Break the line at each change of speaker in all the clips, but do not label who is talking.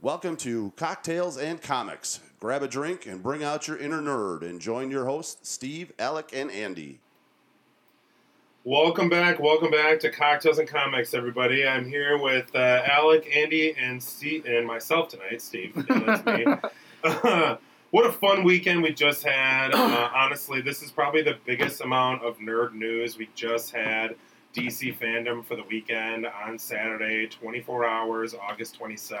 Welcome to Cocktails and Comics. Grab a drink and bring out your inner nerd and join your hosts, Steve, Alec, and Andy.
Welcome back, welcome back to Cocktails and Comics, everybody. I'm here with uh, Alec, Andy, and Steve, and myself tonight. Steve, yeah, that's me. what a fun weekend we just had. Uh, honestly, this is probably the biggest amount of nerd news we just had. DC fandom for the weekend on Saturday, 24 hours, August 22nd.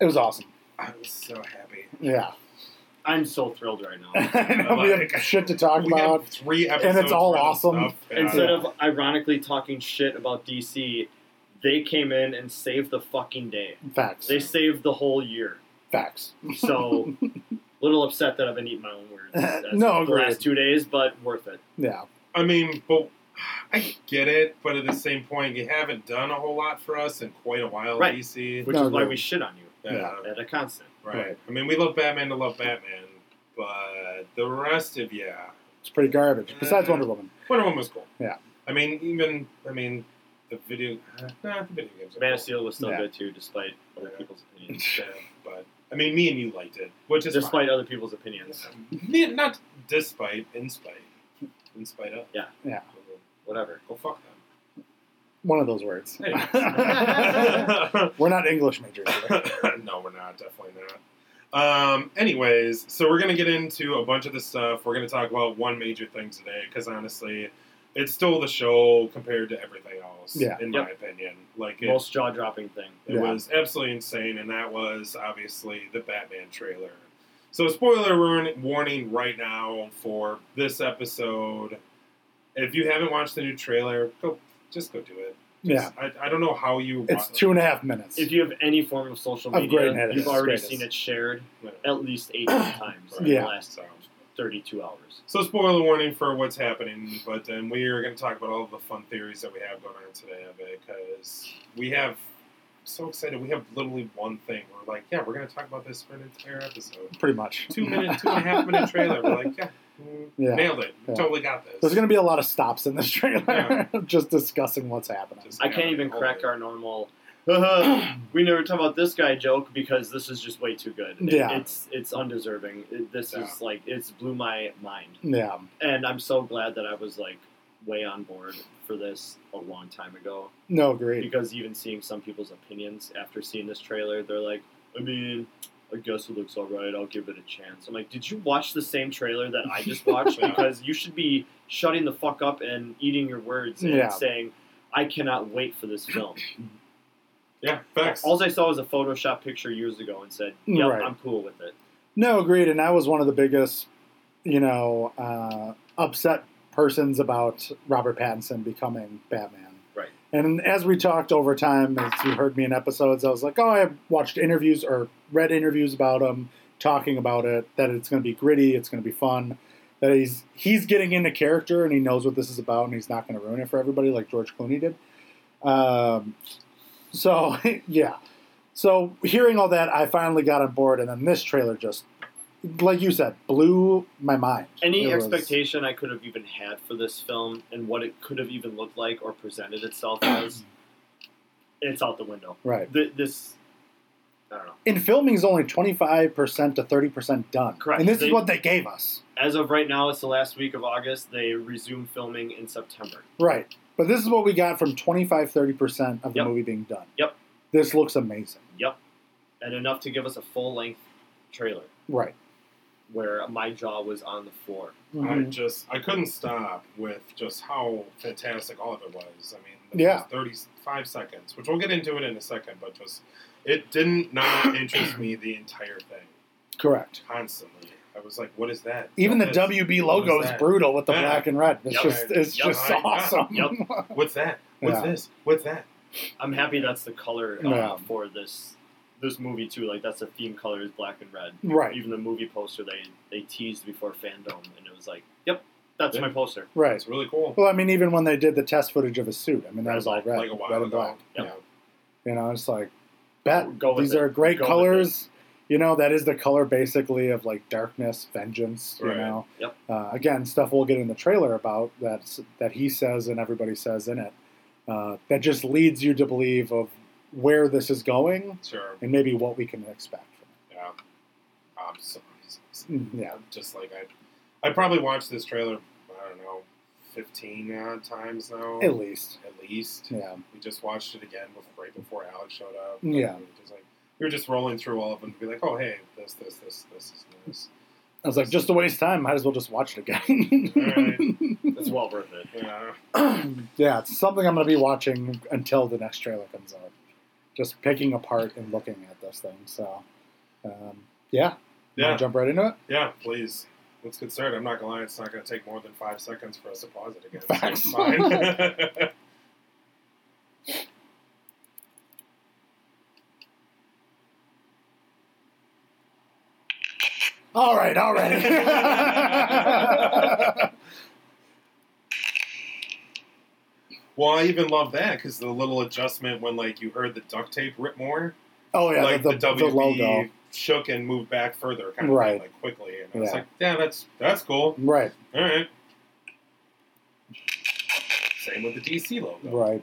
It was awesome.
I was so happy.
Yeah.
I'm so thrilled right now.
I know we
Like-
have shit to talk
We
about.
had three episodes.
all
worth of
awesome.
stuff. Yeah.
Instead of ironically talking shit about DC, they came in and saved the fucking day.
Facts.
They saved the whole year.
Facts.
So, little upset that I've been eating my own words as
Uh, No,
of the
agreed.
last two days, but worth it.
Yeah.
I mean, but I get it, but at the same point, you haven't done a whole lot for us in quite a while,
Right.
DC.
Which
No,
is why
agreed.
we shit on you
Yeah,
Yeah.
at a constant.
right.
Right.
I mean, we love Batman to love Batman, but the rest of yeah,
It's pretty garbage. Besides Wonder Woman.
Wonder Woman was cool.
Yeah.
I mean, even I mean, the video, uh, nah, the video games. are
Man of
cool.
Steel was still
Yeah.
good too, despite other people's opinions.
Yeah, but I mean, me and you liked it, which is
despite
fine.
other people's opinions.
Yeah, not despite, in spite, in spite of.
Yeah.
Yeah.
Whatever.
Go fuck them.
One of those words.
Hey.
We're not English majors. Either.
no, we're not. Definitely not. Um, anyways, so we're going to get into a bunch of the stuff. We're going to talk about one major thing today because honestly, it's still the show compared to everything else,
Yeah.
in
Yep.
my opinion. Like, it,
Most jaw dropping thing.
it
Yeah.
was absolutely insane, and that was obviously the Batman trailer. So, spoiler warn- warning right now for this episode. If you haven't watched the new trailer, go just go do it.
Yeah.
I, I don't know how you.
It's
wa-
two and a half minutes.
If you have any form of social
Of
media,
greatness.
you've already
Greatness.
seen it shared
Yeah.
at least 18 times in
Yeah.
the last
So.
32 hours.
So, spoiler warning for what's happening, but then we are going to talk about all the fun theories that we have going on today of it because we have so excited. We have literally one thing. We're like, yeah, we're going to talk about this for an entire episode.
pretty much.
Two minute, two and a half minute trailer. We're like, yeah, mm,
Yeah.
nailed it.
Yeah.
Totally got this.
There's going to be a lot of stops in this trailer,
Yeah.
just discussing what's happening.
Just
I can't
gotta
even
hold
crack
it.
our normal. we never talk about this guy joke because this is just way too good. It-
Yeah.
it's it's undeserving. It- this is like it's blew my mind,
Yeah,
and I'm so glad that I was like way on board for this a long time ago.
no, agreed.
Because even seeing some people's opinions after seeing this trailer, they're like, I mean. I guess it looks alright. I'll give it a chance. I'm like, did you watch the same trailer that I just watched?
Yeah.
Because you should be shutting the fuck up and eating your words and
Yeah.
saying, I cannot wait for this film.
Yeah, facts.
All I saw was a Photoshop picture years ago and said, "Yep,
Right.
I'm cool with it."
No, agreed. And I was one of the biggest, you know, uh, upset persons about Robert Pattinson becoming Batman.
Right.
And as we talked over time, as you heard me in episodes, I was like, oh, I watched interviews or read interviews about him talking about it, that it's going to be gritty, it's going to be fun, that he's he's getting into character and he knows what this is about and he's not going to ruin it for everybody like George Clooney did. Um, so, yeah. So hearing all that, I finally got on board, and then this trailer just, like you said, blew my mind.
Any
It was-
expectation I could have even had for this film and what it could have even looked like or presented itself as, it's out the window.
right?
Th- this, I don't know.
In filming is only twenty five percent to thirty percent done,
Correct.
And this
They-
is what they gave us,
As of right now, it's the last week of August. They resume filming in September.
right? But this is what we got from 25 30 percent of the
Yep.
movie being done.
Yep.
This looks amazing,
Yep, and enough to give us a full length trailer
right?
where my jaw was on the floor.
I
Mhm.
just I couldn't stop with just how fantastic all of it was. I mean, the
Yeah.
first 35 seconds, which we'll get into it in a second, but just it didn't not interest me the entire thing
Correct.
constantly. I was like, what is that?
Even the
What is-
WB logo
What is
is
that?
brutal with the
Yeah.
black and red. It's
Yep.
just, it's
Yep.
just
Right. Yeah.
awesome.
Yep.
What's that? What's
Yeah.
this? What's that?
I'm happy that's the color uh,
Yeah.
for this this movie too. Like that's the theme color is black and red.
Right.
Even the movie poster they they teased before fandom, and it was like, yep, that's
Yeah.
my poster.
Right.
It's really cool.
Well, I mean, even when they did the test footage of his suit, I mean, that
Red
was all
and
red,
like a while
red and
ago.
black.
Yeah.
You know, it's like, bet
Go with
these
it.
are great
Go with
colors. You know, that is the color basically of like darkness, vengeance. You
Right.
know,
Yep.
uh, again, stuff we'll get in the trailer about that that he says and everybody says in it. Uh, that just leads you to believe of where this is going
Sure.
and maybe what we can expect.
Yeah. I'm so, so- so-
from it. Mm, Yeah,
just like I, I probably watched this trailer. I don't know, fifteen odd times now,
at least.
at least.
Yeah,
We just watched it again bef- right before Alex showed up.
Yeah.
We were just like we were just rolling through all of them to be like, oh hey, this, this, this, this is this.
I was like, just a waste of time. Might as well just watch it again.
It's well worth it.
Yeah.
yeah, it's something I'm going to be watching until the next trailer comes out. Just picking apart and looking at this thing. So, um, yeah,
Yeah.
Wanna jump right into it.
Yeah, please. Let's get started. I'm not gonna lie, it's not gonna take more than five seconds for us to pause it again.
Facts.
So it's fine.
All right, already.
well, I even love that because the little adjustment when like you heard the duct tape rip more,
oh yeah,
like
the,
the, E.
the,
WB
the logo.
shook and moved back further, kind of
Right.
like quickly. And I was
Yeah.
like, yeah, that's that's cool.
Right,
All right. Same with the DC logo.
right.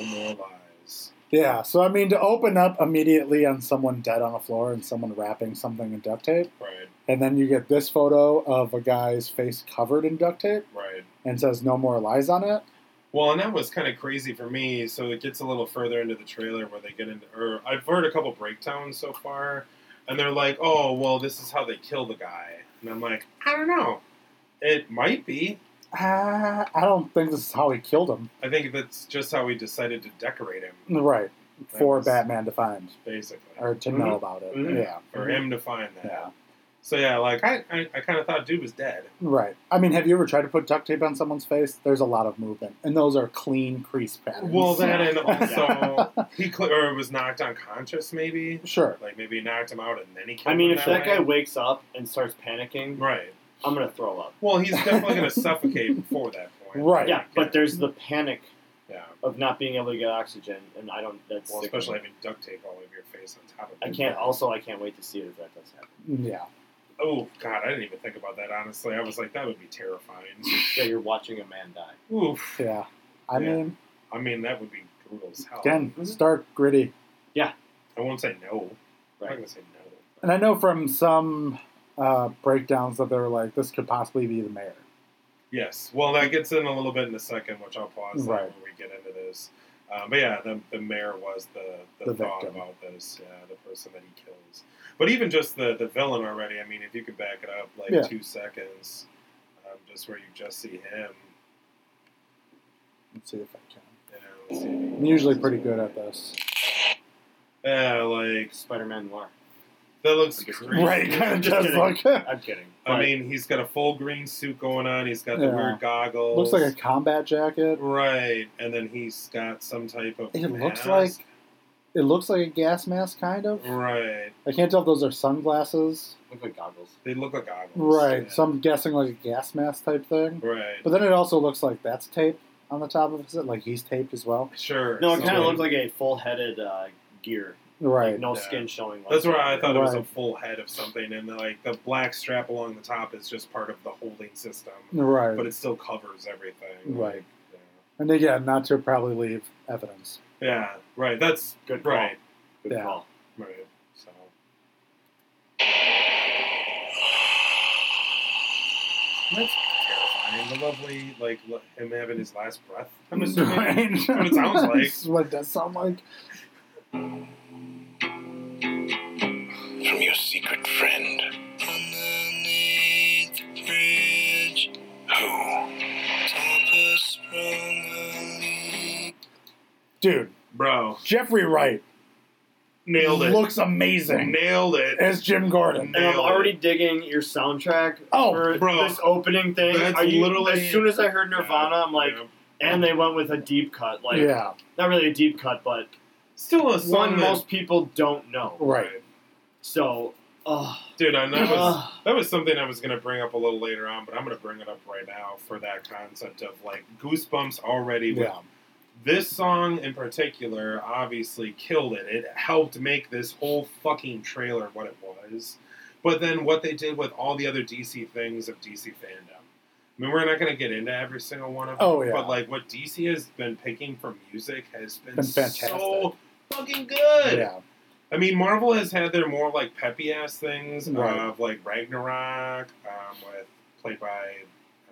No more lies.
Yeah, so I mean, to open up immediately on someone dead on the floor and someone wrapping something in duct tape,
Right.
and then you get this photo of a guy's face covered in duct tape
Right.
and says no more lies on it.
Well, and that was kind of crazy for me. So it gets a little further into the trailer where they get into, or I've heard a couple breakdowns so far, and they're like, "Oh, well, this is how they kill the guy," and I'm like, "I don't know. It might be.
Ah, I don't think this is how he killed him.
I think that's just how we decided to decorate him,
Right, for
That's
Batman to find
basically,
or to know about it.
Mhm.
Yeah,
for him to find that."
Yeah.
So yeah, like I, I, I kind of thought dude was dead.
Right. I mean, have you ever tried to put duct tape on someone's face? There's a lot of movement, and those are clean crease patterns.
Well, that and also he cl- or was knocked unconscious, maybe.
sure.
Like maybe he knocked him out and then he. Killed
I mean,
him
if that
way.
guy wakes up and starts panicking,
Right.
I'm gonna throw up.
Well, he's definitely going to suffocate before that point.
Right.
Yeah, but there's the panic
Yeah.
of not being able to get oxygen, and I don't. That's
Well,
sick.
especially having duct tape all over your face on top of
I
it.
can't. Also, I can't wait to see it if that does happen.
Yeah.
Oh God, I didn't even think about that. Honestly, I was like, that would be terrifying.
That you're watching a man die.
Oof.
Yeah. I
Yeah. Mm-hmm.
mean,
I mean, that would be brutal as hell.
again, stark, gritty.
I won't say no. I'm not
Right.
going to say no.
And I know from some uh, breakdowns that they were like, this could possibly be the mayor.
Yes. Well, that gets in a little bit in a second, which I'll pause there
Right.
when we get into this. Um, but yeah, the, the mayor was the, the,
The
thought
victim.
about this, yeah, the person that he kills. But even just the, the villain already, I mean, if you could back it up like
Yeah.
two seconds, um, just where you just see him.
Let's see if I
You know, let's see if he-
can. I'm usually pretty good at this.
Yeah, like
Spider-Man noir.
that looks
Just
crazy.
Right, kind of
Just
just like
I'm kidding.
I
But
mean, he's got a full green suit going on. He's got the
Yeah.
weird goggles.
looks like a combat jacket.
right, and then he's got some type of.
It looks
mask.
like it looks like a gas mask, kind of.
Right,
I can't tell if those are sunglasses.
look like goggles.
they look like goggles.
Right,
yeah.
so I'm guessing like a gas mask type thing.
Right.
But then it also looks like that's tape on the top of it, like he's taped as well.
Sure.
No, it
so
kind of
like-
looked like a full-headed uh, gear.
Right.
Like, no
Yeah.
skin showing.
That's where I
whatsoever.
thought it was a
Right.
full head of something, and like the black strap along the top is just part of the holding system,
Right.
but it still covers everything.
Right.
Yeah.
and again, not to probably leave evidence.
Yeah, Right. That's
Good call.
Right.
Good
Yeah.
call.
Right. So. That's terrifying. The lovely, like l- him having his last breath. I'm assuming.
Right. That's
what it sounds like.
what it does sound like.
from your secret friend. Underneath the bridge, who?
Dude,
Bro,
Jeffrey Wright
nailed it.
looks amazing
nailed it.
as Jim Gordon.
And I'm
Nailed it.
already digging your soundtrack
Oh,
for
bro.
this opening thing.
That's
Are you,
literally-
as soon as I heard Nirvana, I'm like,
Yeah.
and they went with a deep cut. Like,
yeah,
not really a deep cut, but
still a song
one
that-
most people don't know.
right.
So, uh, oh,
Dude, and that was that was something I was gonna bring up a little later on, but I'm gonna bring it up right now for that concept of like goosebumps already with
Yeah,
this song in particular obviously killed it. It helped make this whole fucking trailer what it was. But then what they did with all the other DC things of DC fandom. I mean, we're not going to get into every single one of them.
Oh, yeah.
But like what DC has been picking for music has been,
Been fantastic.
so fucking good.
Yeah.
I mean, Marvel has had their more like peppy ass things
Right.
of like Ragnarok, um, with played by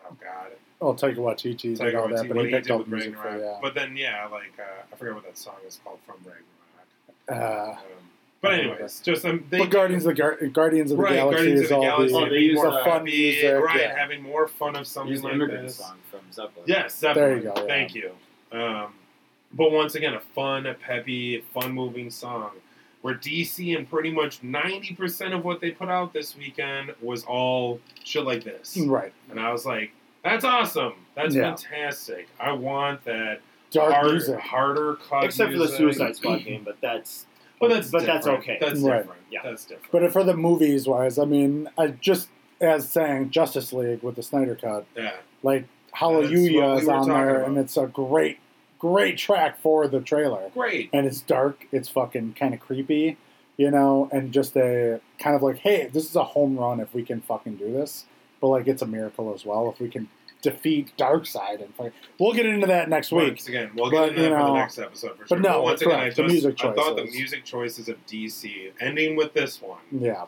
oh god,
Oh, Taika Waititi
Taika
did all that,
Waititi,
but
what
he
he
picked
did
up
with
music for
Ragnarok.
yeah.
But then yeah, like uh, I forgot what that song is called from Ragnarok.
uh,
Um, but anyways, just um, they,
but Guardians of the Gar- Guardians of the
right,
Galaxy
Guardians
is
of the
all
Galaxy,
Oh,
the
they
being
use,
more
uh,
fun
fun music,
right?
yeah.
Having more fun of something
Use the
like
immigrant
this.
song from Zeppelin.
Yes,
There
Zeppelin.
you go, yeah.
Thank you. Um, but once again, a fun, a peppy, fun moving song. Where DC and pretty much 90% of what they put out this weekend was all shit like this.
right?
And I was like, that's awesome. That's
Hmm. Yeah.
fantastic. I want that
Dark
hard-
music.
harder cut.
Except for the
music.
Suicide Squad game, but that's
But that's,
but that's
different.
okay.
That's
Right.
different.
Yeah.
That's different.
But for the movies wise, I mean, I just as saying Justice League with the Snyder Cut,
yeah.
like
that's what we
Hallelujah is
were
on
talking
there,
about.
and it's a great, great track for the trailer.
Great.
And it's dark, it's fucking kind of creepy, you know, and just a kind of like, hey, this is a home run if we can fucking do this. But like, it's a miracle as well if we can defeat Darkseid and fucking. We'll get into that next week.
Once again, we'll
But,
get into
you
that for
know,
the next episode for
but
sure.
no,
once
correct,
again, I
the
just
music
I thought the
choices.
music choices of DC, ending with this one,
Yeah,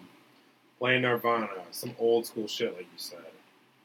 playing Nirvana, some old school shit, like you said,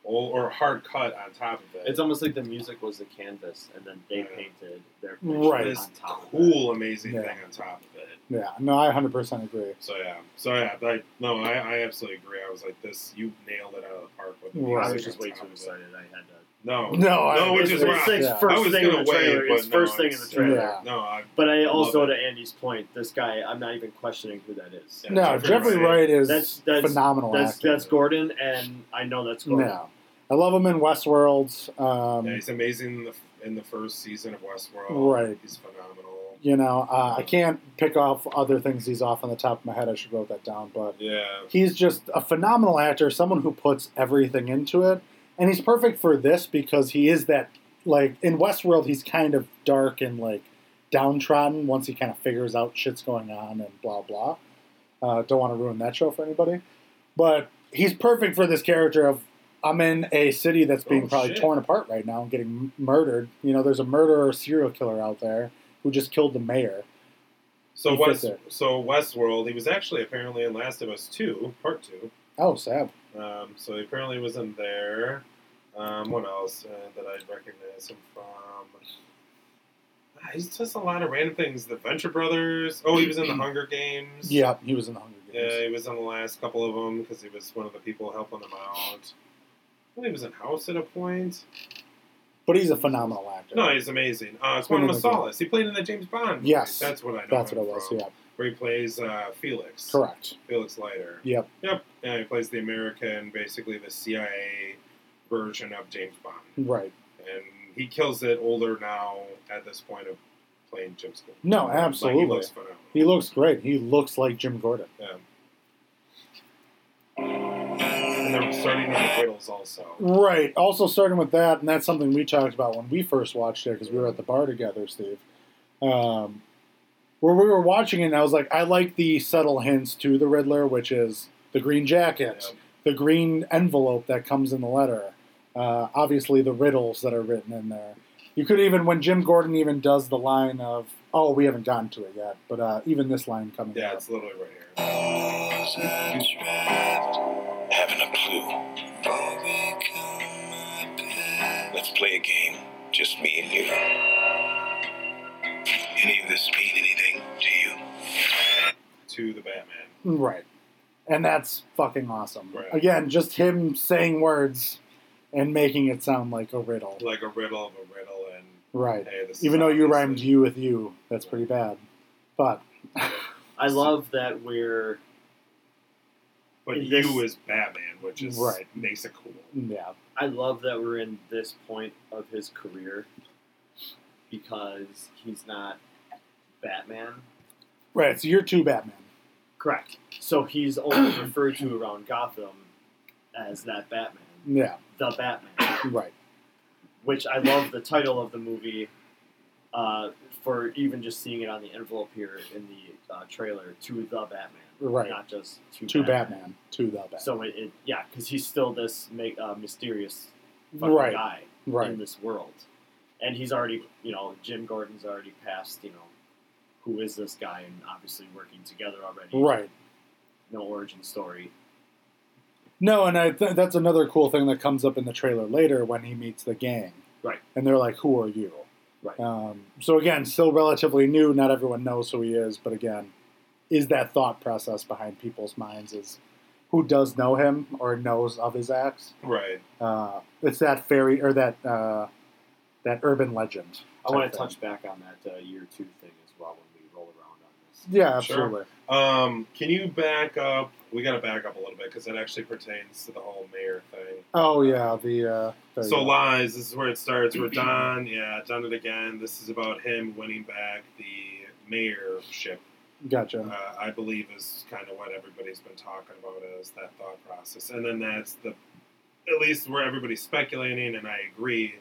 old, or hard cut on top of it.
it's almost like the music was the canvas, and then they
Yeah.
painted their picture
Right.
this
on top. of it.
cool, amazing
Yeah.
thing on top of it.
yeah. No, I 100% agree.
So yeah, so yeah, like no, I, I absolutely agree. I was like, this, you nailed it out of the park with the
Right.
I
music
was just
on
way
top
too
of it.
excited. I had to.
No,
No, I,
No, which is
it's,
where
it's
I-
like
yeah.
I
first
was
thing in the
gonna wait,
trailer.
but
It's
no,
first thing in the
it's-
trailer.
Yeah.
no, I,
But I
Love
also,
it.
to Andy's point, this guy, I'm not even questioning who that is.
Yeah.
No, Jeffrey
Jeffrey
Wright,
Wright.
is
That's- that's-
phenomenal.
That's
actor.
that's Gordon, and I know that's Gordon.
No. I love him in Westworld.
yeah,
Um,
he's amazing in the in the first season of Westworld.
right.
He's phenomenal.
You know, uh, I can't pick off other things he's off on the top of my head. I should wrote that down. But
Yeah,
he's just a phenomenal actor, someone who puts everything into it. And he's perfect for this because he is that, like, in Westworld, he's kind of dark and, like, downtrodden once he kind of figures out shit's going on and blah, blah. Uh, don't want to ruin that show for anybody. But he's perfect for this character of I'm in a city that's being
Oh,
probably
shit.
torn apart right now and getting m- murdered. You know, there's a murderer serial killer out there who just killed the mayor.
So
He fit
West,
there.
so Westworld. He was actually apparently in Last of Us Two, Part Two.
Oh, sad.
Um, so he apparently was in there. Um, what else uh, that I recognize him from? Ah, He's just a lot of random things. The Venture Brothers. Oh, he was in the Hunger Games.
Yeah, he was in the Hunger Games.
Yeah, he was in the last couple of them because he was one of the people helping them out. I think he was in House at a point.
But he's a phenomenal actor.
No, he's amazing. Uh,
one
Quantum
of
of
the-
Solace. He played in the James Bond. movie.
Yes,
that's what I know.
That's
him
what it was.
from,
Yeah,
Where he plays uh, Felix.
correct.
Felix Leiter.
Yep.
Yep. Yeah, he plays the American, basically the CIA version of James Bond.
Right.
And he kills it older now at this point of playing Jim School.
No, absolutely.
he looks phenomenal.
He looks great. He looks like Jim Gordon.
yeah. And they're starting with the Riddles also.
Right. Also, starting with that, and that's something we talked about when we first watched it because we were at the bar together, Steve. Um, where we were watching it, and I was like, I like the subtle hints to the Riddler, which is the green jacket,
Yeah.
the green envelope that comes in the letter, uh, obviously the riddles that are written in there. You could even, when Jim Gordon even does the line of, oh, we haven't gotten to it yet, but uh, even this line coming
Yeah,
up.
it's literally right here.
That's right. Having a clue. Let's play a game. Just me and you. Any of this mean anything to you?
To the Batman.
Right. And that's fucking awesome.
Right.
Again, just him saying words and making it sound like a riddle.
Like a riddle of a riddle and
Right.
hey, this
Even
is
though you
obviously-
rhymed you with you, that's pretty bad. But
I love that we're
But
in this-
you is Batman, which is
Right.
makes it cool.
yeah,
I love that we're in this point of his career because he's not Batman.
right. So you're two Batman.
Correct. So he's only referred to around Gotham as that Batman,
Yeah,
the Batman,
right.
which I love the title of the movie. Uh, for even just seeing it on the envelope here in the uh, trailer to the Batman.
right.
not just to,
To
Batman.
Batman, to the Batman.
So it, it yeah, because he's still this ma- uh, mysterious fucking
right,
guy in
right,
this world, and he's already you know Jim Gordon's already passed you know who is this guy and obviously working together already.
right.
No origin story.
No, and I th- that's another cool thing that comes up in the trailer later when he meets the gang.
Right.
And they're like, "Who are you?"
Right.
Um, so again, still relatively new. Not everyone knows who he is, but again, is that thought process behind people's minds is who does know him or knows of his acts?
Right.
Uh, it's that fairy or that uh, that urban legend.
I want
type
to
thing.
touch back on that uh, year two thing as well when we roll around on this.
Yeah,
Sure.
absolutely.
Um, can you back up? We got to back up a little bit because that actually pertains to the whole mayor thing.
Oh yeah, the uh, there you
So
go.
lies. This is where it starts. We're done. Yeah, done it again. This is about him winning back the mayorship.
gotcha.
Uh, I believe is kind of what everybody's been talking about is that thought process, and then that's the at least where everybody's speculating, and I agree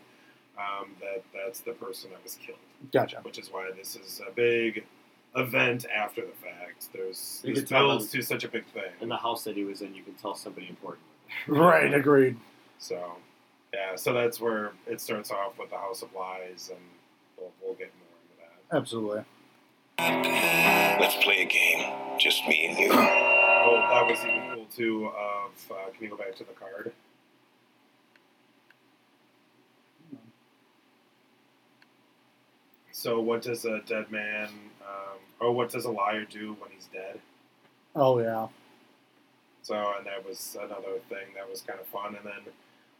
um, that that's the person that was killed,
Gotcha.
which is why this is a big event after the fact. There's
You
this
could tell
builds
them-
to such a big thing.
And the house that he was in, you can tell somebody important.
Right. Agreed.
So, yeah, so that's where it starts off with the House of Lies, and we'll, we'll get more into that.
Absolutely.
Let's play a game. Just me and you.
Oh, that was even cool too. Of uh, can you go back to the card? So, what does a dead man, um, or what does a liar do when he's dead?
Oh yeah.
So, and that was another thing that was kind of fun. And then,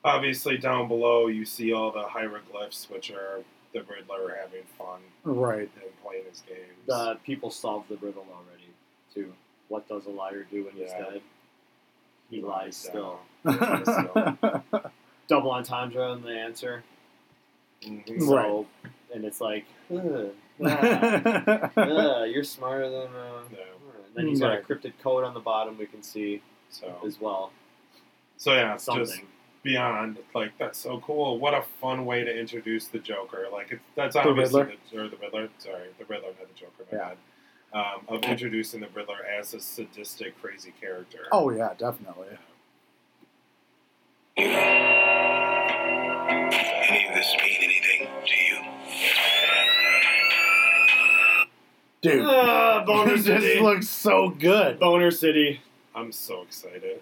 obviously, down below, you see all the hieroglyphs, which are the Riddler having fun
Right.
and playing his games.
The people solved the riddle already too. What does a liar do when he's
Yeah.
dead? He lies still.
Yeah, so-
Double entendre on the answer.
Mhm.
So,
Right.
and it's like, ugh, ah, ugh, you're smarter than. Uh,
Yeah,
and then he's got a
Right.
cryptid code on the bottom we can see
so,
as well.
so yeah, it's
Something.
just beyond. Like that's so cool. What a fun way to introduce the Joker. Like it's that's obviously
Riddler.
the, or the Riddler. Sorry, the Riddler, not the Joker. My
Yeah.
bad. Um, of introducing the Riddler as a sadistic, crazy character.
oh yeah, definitely.
Any of this mean anything to you?
Dude,
Ah, Boner
he just
City.
looks so good.
Boner City.
I'm so excited.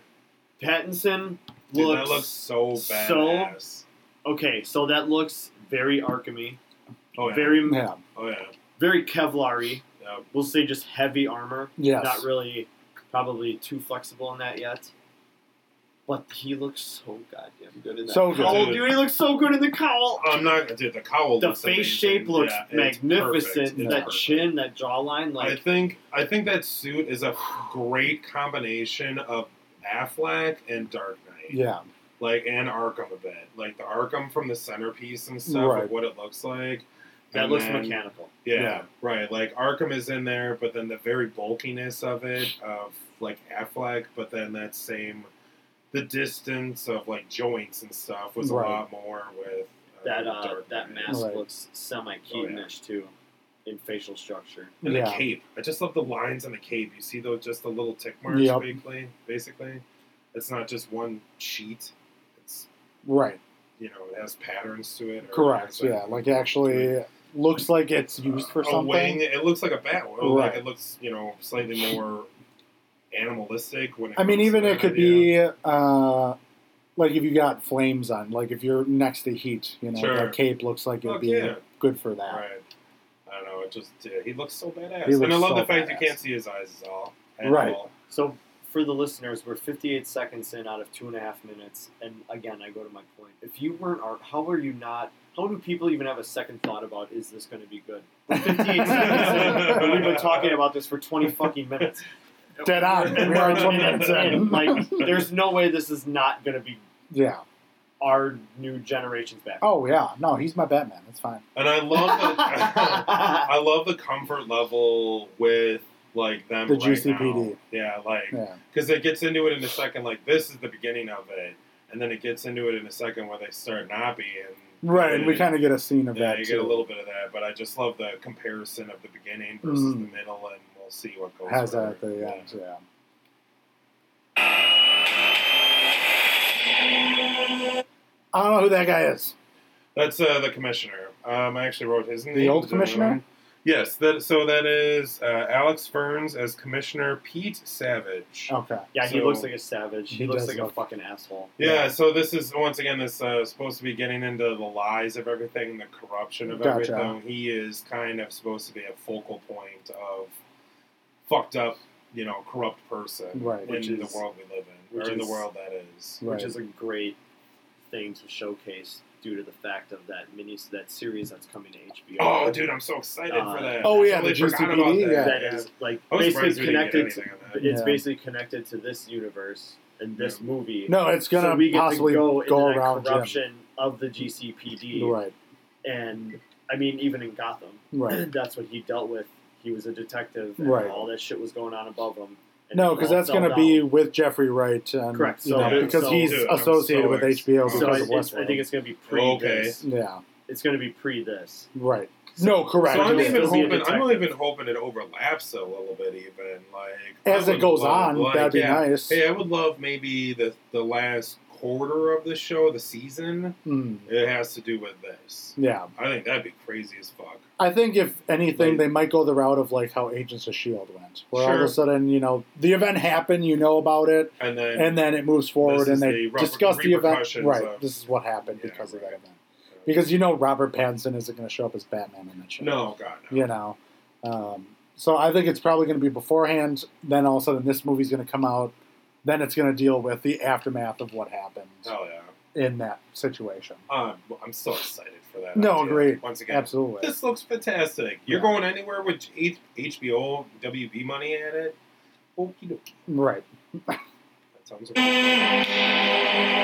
Pattinson
Dude,
looks,
that looks so
so-
badass.
okay. So that looks very Arkhamy,
oh yeah.
very
Yeah.
Oh yeah.
very Kevlar-y.
Yeah.
We'll say just heavy armor.
Yes.
Not really, probably too flexible in that yet. But he looks so goddamn good in that.
So good.
cowl,
Dude.
dude. He looks so good in the cowl.
I'm not. Dude, the cowl.
the
looks
face
Oh, amazing.
shape looks
Yeah, it's
magnificent.
perfect. It's
That
perfect.
chin, that jawline,
I
like
think I think that suit is a great combination of Affleck and Dark Knight.
Yeah.
like and Arkham a bit, like the Arkham from the centerpiece and stuff,
Right.
of what it looks like.
that
And
looks
then-
mechanical.
Yeah,
Yeah.
right. Like Arkham is in there, but then the very bulkiness of it of like Affleck, but then that same the distance of like joints and stuff was
Right.
a lot more with uh,
That uh,
Dark
that
Knight.
mask
Right.
looks semi cutonish too, in facial structure.
and the
Yeah.
cape. I just love the lines on the cape. You see those just the little tick marks,
Yep.
basically. Basically, it's not just one sheet. It's
Right.
you know it has patterns to it. or
Correct.
it's, like,
Yeah. Like actually looks like it's used for
a
something.
wing. It looks like a bat. wing. Like
Right.
it looks, you know, slightly more animalistic. When it
I mean,
comes to
even
that
it could
idea.
be uh, like if you got flames on, like if you're next to heat, you know,
Sure.
that cape looks like it'd
Fuck
be
yeah.
good for that.
Right. I don't know. It just yeah, he looks so badass,
He looks
and I love
so
the fact
badass.
you can't see his eyes is all. at
Right.
all.
So for the listeners, we're 58 seconds in out of two and a half minutes, and again, I go to my point. If you weren't art, how are you not? How do people even have a second thought about is this going to be good? We're 58 seconds in, and we've been talking about this for 20 fucking minutes.
Dead on. We are 20 minutes in.
And, like, there's no way this is not going to be
Yeah.
our new generation's back.
Oh yeah. No, he's my Batman. It's fine.
And I love the I love the comfort level with like them.
The
right
GCPD.
now. Yeah, like
Yeah.
because it gets into it in a second. Like this is the beginning of it, and then it gets into it in a second where they start not being
Right. And we kind of get a scene of
Yeah,
that.
you
too.
get a little bit of that, but I just love the comparison of the beginning versus
Mm.
the middle and we'll see what goes.
has
where.
that at the end. Yeah. I don't know who that guy is.
That's uh, the commissioner. Um, I actually wrote his name.
old
down.
commissioner?
Yes. That, so that is uh, Alex Ferns as Commissioner Pete Savage.
Okay.
Yeah, he
So-
looks like a savage. He,
He
looks
does
like a
look-
fucking asshole.
Yeah, so this is once again this uh, supposed to be getting into the lies of everything, the corruption of
Gotcha.
everything. He is kind of supposed to be a focal point of fucked up, you know, corrupt person
Right.
Which
in
is-
the world we live in,
which
or in
is-
the world that is.
Right.
which is a great thing to showcase due to the fact of that mini that series that's coming to HBO.
Oh, dude, I'm so excited for that.
Oh, yeah,
I totally
the
forgot
GCPD,
about that.
Uh, that
yeah.
is like
I was
basically
surprised we didn't get
connected.
anything on that.
It's
Yeah.
basically connected to this universe and this
Yeah.
movie.
no, it's
So
gonna
we get
possibly
to
go,
go, into that
around Jim.
corruption of the GCPD,
Right.
and I mean even in Gotham,
Right.
that's what he dealt with. He was a detective, and
Right.
all that shit was going on above him. and
No,
it
because
all
that's
fell
gonna
down.
be with Jeffrey Wright. And,
Correct.
you
So-
know, because
so-
he's
Dude, I'm
associated
so
with HBO
excited.
So
because
I,
of
it's,
Westworld.
I think it's going to be pre
Okay.
this.
yeah.
It's going to be pre this.
Right. No. Correct.
So I'm
Right.
even
He'll be a
hoping. I'm
detective.
even hoping it overlaps a little bit, even like
As
I
it
would
goes
love,
on,
like,
that'd be
yeah,
nice.
Hey, I would love maybe the the last quarter of the show, the season.
Mm,
It has to do with this.
yeah.
I think that'd be crazy as fuck.
I think if anything,
Like-
they might go the route of like how Agents of Shield E went, where all of
Sure.
a sudden, you know, the event happened, you know about it,
And then,
and then it moves forward,
This
and
is
they
the reper-
discuss the event.
repercussions
Right,
of-
this is what happened
Yeah,
because of that
right.
event. Because you know, Robert Pattinson isn't going to show up as Batman in that show.
no, God, no.
you know. Um, so I think it's probably going to be beforehand. Then all of a sudden, this movie's going to come out. Then it's going to deal with the aftermath of what happened
hell yeah.
in that situation.
Um, I'm so excited for that.
No,
idea.
agreed.
Once again,
Absolutely.
This looks fantastic. You're
Yeah.
going anywhere with H- HBO, WB money at it? Okie dokie.
Right.
That sounds okay.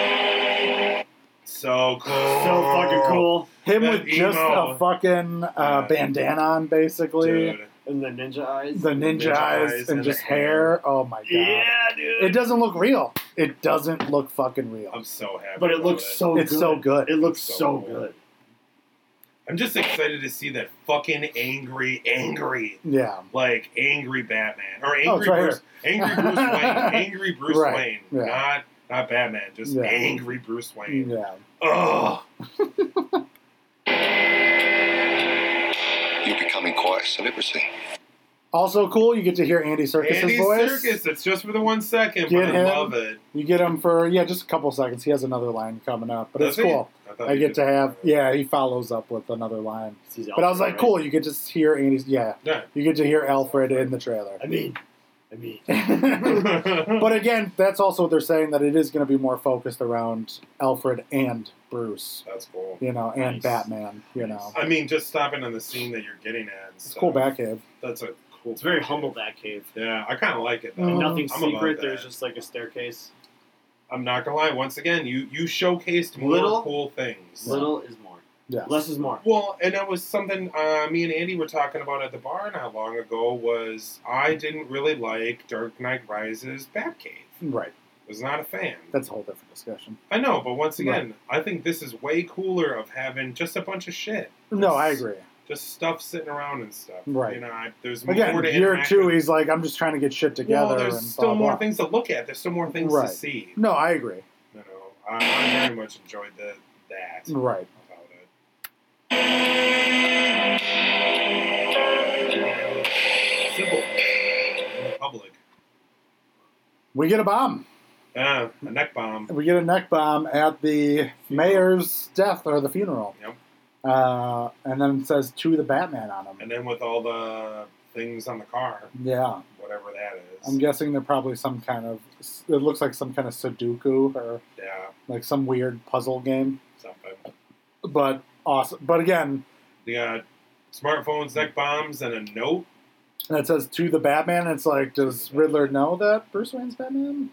So cool.
So fucking cool.
Him
That
with just
emo.
a fucking uh,
Yeah.
bandana on, basically.
Dude.
And the ninja eyes.
The ninja,
Ninja
eyes,
eyes
and,
and
just
the
hair. Oh my god.
yeah, dude.
It doesn't look real. It doesn't look fucking real.
I'm so happy.
but it
about
looks
it.
so.
it's
good.
so good.
It looks
So
so,
good.
good.
I'm just excited to see that fucking angry, angry,
yeah.
like angry Batman or
Oh, it's
angry Bruce,
right
angry Bruce Wayne, angry Bruce
Right,
Wayne,
yeah.
not not Batman, just
Yeah.
angry Bruce Wayne.
Yeah.
Ugh.
You're becoming quite a celebrity.
Also cool, you get to hear Andy Circus's
Andy
voice.
Circus. It's just for the one second,
Get
but I
him.
love it.
You get him for yeah, just a couple seconds. He has another line coming up, but
Does
it's
he?
cool.
thought
I
he
get
did
to
that.
have yeah. He follows up with another line,
He's
but I was
Alfred,
like,
right?
cool. You get to hear Andy's yeah.
Yeah.
You get to hear Alfred in the trailer.
I mean, I mean,
but again, that's also what they're saying that it is going to be more focused around Alfred and Bruce,
That's cool.
you know, and
Nice.
Batman, you know.
I mean, just stopping on the scene that you're getting at.
It's cool Batcave.
That's a cool.
it's very
Batcave.
humble Batcave.
Yeah, I kind of like it. Though.
Mm.
And nothing
I'm about
secret.
that.
There's just like a staircase.
I'm not gonna lie. Once again, you you showcased more
Little-
cool things.
Little is more.
Yes.
Less is more.
Well, and that was something uh, me and Andy were talking about at the bar not long ago. Was I didn't really like Dark Knight Rises Batcave.
Right.
Was not a fan.
That's a whole different discussion.
I know, but once again, I think this is way cooler of having just a bunch of shit,
No, I agree.
just stuff sitting around and stuff.
Right.
You know, I, there's more
Again,
to
year
interact
two,
with.
he's like, I'm just trying to get shit together.
Well, there's
and
still
blah,
more
blah.
things to look at. There's still more things
Right.
to see.
No, I agree.
You know, I, I very much enjoyed the that
Right.
about it. Simple. In the public.
We get a bomb.
Yeah, a neck bomb.
We get a neck bomb at the mayor's death or the funeral.
Yep.
Uh, and then it says to the Batman on him.
And then with all the things on the car,
Yeah.
whatever that is.
I'm guessing they're probably some kind of, it looks like some kind of Sudoku or
yeah,
like some weird puzzle game.
something.
But awesome. But again,
They got smartphones, neck bombs, and a note.
that says to the Batman. It's like, does Riddler know that Bruce Wayne's Batman?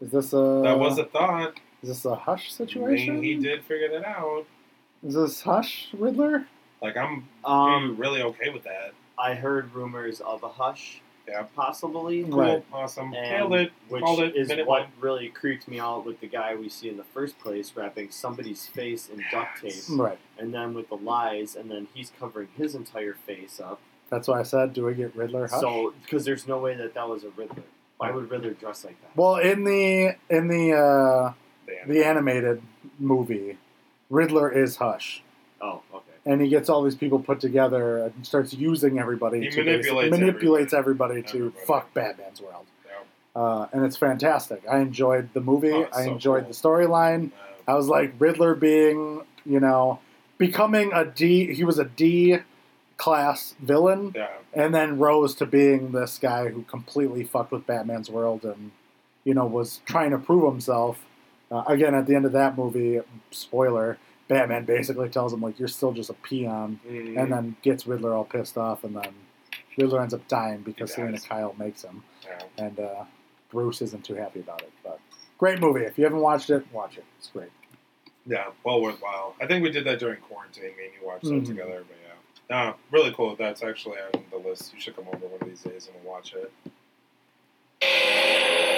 Is this a
That was a thought.
is this a hush
Maybe
situation?
he did figure that out.
Is this hush Riddler?
Like I'm
Um,
dude, really okay with that.
I heard rumors of a hush.
Yeah.
Possibly.
Cool,
Right.
awesome,
And
nailed it.
Which
Called it.
is
minute
what
one.
really creeped me out with the guy we see in the first place wrapping somebody's face in duct tape,
Yes.
Right.
and then with the lies, and then he's covering his entire face up.
That's why I said, do I get Riddler? Hush?
So, because there's no way that that was a Riddler. Why would Riddler dress like that?
well, in the in the uh,
Damn.
the animated movie, Riddler is Hush,
Oh, okay.
and he gets all these people put together and starts using everybody.
He
to basi-
manipulates
manipulates everybody,
Everybody.
to fuck Batman's world,
Yeah.
uh, and it's fantastic. I enjoyed the movie.
Oh, it's
I
so
enjoyed
cool.
the storyline.
Uh,
I was like Riddler being, you know, becoming a D. He was a D class villain,
yeah.
and then rose to being this guy who completely fucked with Batman's world, and you know was trying to prove himself. Uh, again, at the end of that movie, spoiler: Batman basically tells him like you're still just a peon,
Mm.
and then gets Riddler all pissed off, and then Riddler ends up dying because
He
Selina
dies.
Kyle makes him,
yeah.
and uh, Bruce isn't too happy about it. But great movie. If you haven't watched it, watch it. It's great.
Yeah, well worthwhile. I think we did that during quarantine. Me and you watched that
Mhm.
together, but yeah. No, really cool. That's actually on the list. You should come over one of these days and we'll watch it.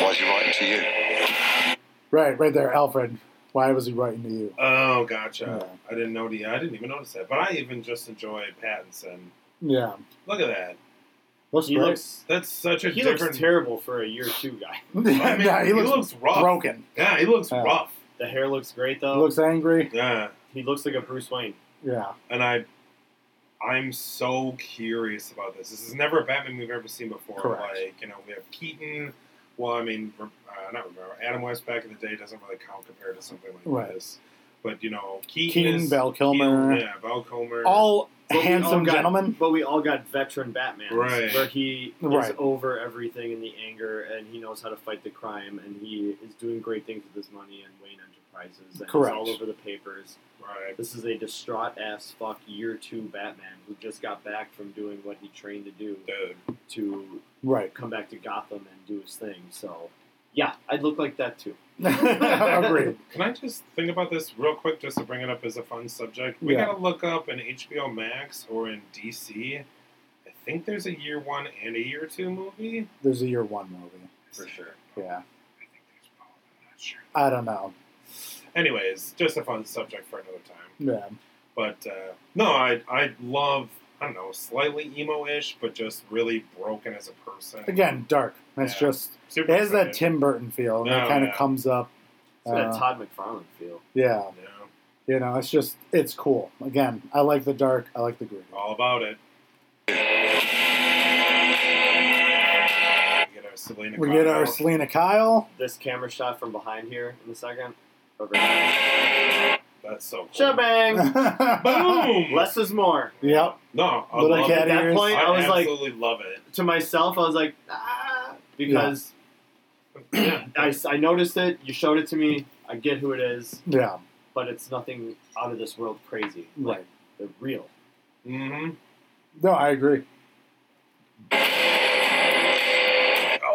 Why's he writing to you?
Right, right there, Alfred. Why was he writing to you?
Oh, gotcha.
Yeah.
I didn't know. Yeah, I didn't even notice that. But I even just enjoy Pattinson.
Yeah,
Look at that.
looks
He
great.
looks
That's such a
he
different.
looks terrible for a year two guy.
I mean,
yeah, he looks,
rough.
broken.
Yeah, he looks
Yeah.
rough.
The hair looks great
He
though.
looks angry.
Yeah,
he looks like a Bruce Wayne.
Yeah,
and I, I'm so curious about this. This is never a Batman we've ever seen before.
Correct.
Like you know, we have Keaton. Well, I mean, rem- uh, not remember Adam West back in the day doesn't really count compared to something like
Right.
this. But you know, Keaton,
Keen,
is,
Val Kilmer,
yeah, Val Kilmer,
all
But we
handsome
all got-
gentlemen.
But we all got veteran Batman,
Right.
Where he is
Right.
over everything and the anger, and he knows how to fight the crime, and he is doing great things with his money and Wayne Enterprises, and
Correct.
he's all over the papers.
right?
This is a distraught ass fuck year two Batman who just got back from doing what he trained to do
Dude,
to
Right.
come back to Gotham and do his thing. So, yeah, I'd look like that too.
Agreed.
can I just think about this real quick, just to bring it up as a fun subject? We
Yeah.
gotta look up in HBO Max or in DC. I think there's a year one and a year two movie
There's a year one movie.
for sure. I
Yeah,
think there's both. I'm not sure.
I don't know.
Anyways, just a fun subject for another time.
Yeah,
But uh, no, I I love I don't know slightly emo-ish, but just really broken as a person.
again, dark. That's
Yeah.
just it
Super
has that
excited.
Tim Burton feel, and
Oh,
it kind of
yeah.
comes up.
It's that
Uh,
Todd McFarlane feel.
Yeah,
Yeah,
you know, it's just it's cool. Again, I like the dark. I like the green.
all about it. We get our Selena.
We get our
Kyle.
Selena Kyle.
This camera shot from behind here in a second. Over.
That's so cool.
Shebang!
Boom.
Less is more.
Yep.
No, I
Little
love
cat
it.
At that
ears.
point,
I,
I was like,
absolutely love it.
to myself, I was like, ah, because I, I noticed it. You showed it to me. I get who it is,
Yeah.
but it's nothing out of this world crazy. Like,
Right.
they're real.
hmm
No, I agree.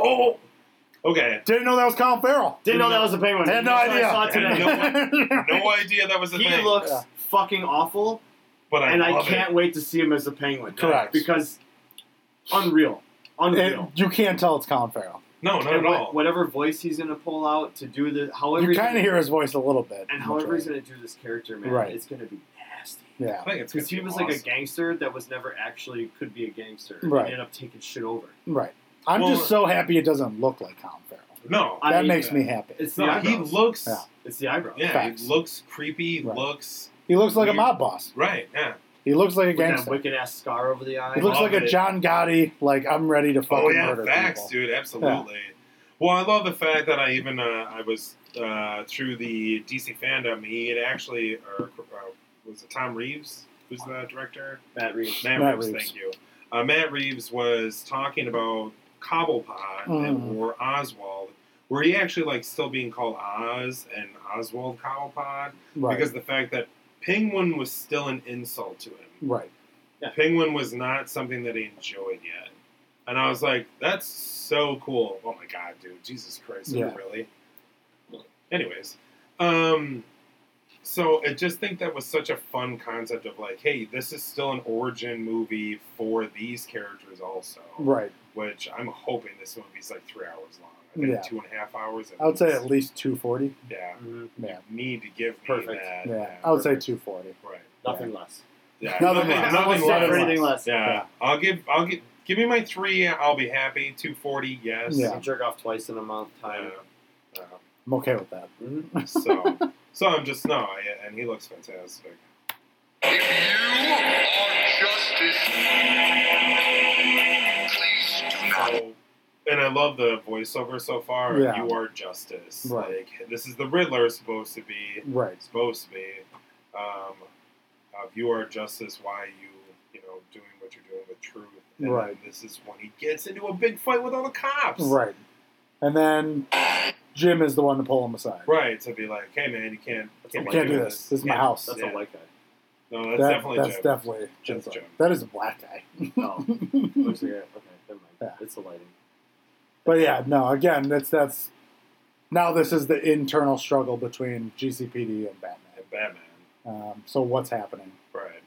Oh. Okay.
Didn't know that was Colin Farrell.
Didn't know that was a penguin.
Had no
That's what
idea.
I saw it
Had
today.
No idea that was a
he
thing.
looks
Yeah.
fucking awful,
but I
and I
love it.
can't wait to see him as a penguin.
Correct.
Because unreal. Unreal.
And you can't tell it's Colin Farrell.
No, not
And
at
what-
all.
Whatever voice he's gonna pull out to do the however
You
he's
kind
gonna-
of hear his voice a little bit.
and however he's gonna do this character, man,
Right.
it's gonna be nasty.
Yeah.
I think it's
Because he
gonna be
was like a
awesome.
gangster that was never actually could be a gangster. and
Right.
ended up taking shit over.
Right. I'm
Well-
just so happy it doesn't look like Colin Farrell.
No,
I
that
mean,
makes
yeah.
me happy.
It's the
no, he
eyebrows.
looks.
Yeah.
It's the eyebrows.
Yeah,
Facts.
he looks creepy.
Right.
Looks
He looks like a
Weird.
mob boss.
right. Yeah.
He looks like a
With that
gangster.
wicked ass scar over the eye.
He looks
love
like a
it.
John Gotti. Like I'm ready to fucking
Oh yeah,
murder
facts,
people.
dude. Absolutely. Well, I love the fact that I even uh, I was uh, through the DC fandom. He had actually, or uh, was it Tom Reeves, who's the director?
Matt Reeves.
Matt,
Matt
Reeves,
Reeves.
thank you. Uh, Matt Reeves was talking about Cobblepot
Mhm.
or Oswald, where he actually like still being called Oz and Oswald Cobblepot
Right.
because the fact that Penguin was still an insult to him.
right.
Yeah.
Penguin was not something that he enjoyed yet, and I was like, "That's so cool!" Oh my god, dude, Jesus Christ,
Yeah.
really? Anyways, um, so I just think that was such a fun concept of like, hey, this is still an origin movie for these characters also,
Right.
which I'm hoping this movie's like three hours long. I think
Yeah.
two and a half hours. at
I would say
least.
at least 240.
yeah.
Mhm.
Yeah.
Need to give me
Perfect.
that.
Yeah. I would say
perfect.
240.
Right.
Nothing less.
Yeah,
Nothing less.
Nothing
Nothing
less.
less.
anything less.
Yeah.
Yeah.
I'll give. I'll give. Give me my three. I'll be happy. Two forty. Yes.
Yeah.
You jerk off twice in a month time.
Uh, uh,
I'm okay with that.
Mhm.
so, so I'm just no, I, and he looks fantastic.
If you are justice, please do not.
So, Oh, and I love the voiceover so far.
Yeah.
You are justice.
Right.
Like this is the Riddler supposed to be.
Right.
Supposed to be. Um, uh, you are justice. Why you you know doing what you're doing with truth. And
Right.
then This is when he gets into a big fight with all the cops.
Right. And then Jim is the one to pull him aside.
Right. To be like, hey man, you can't can't,
You
be
can't do
doing
this. This is my
Yeah.
house.
That's
Yeah.
a white guy.
No, that's
That-
definitely
that's
Jim.
definitely Jim's
That's
like-
Jim.
That is a black guy.
Oh, looks like it. Okay, never mind.
Yeah.
It's the lighting.
But yeah, no. Again, that's that's now this is the internal struggle between GCPD and Batman.
and Batman.
Um, so what's happening?
Right.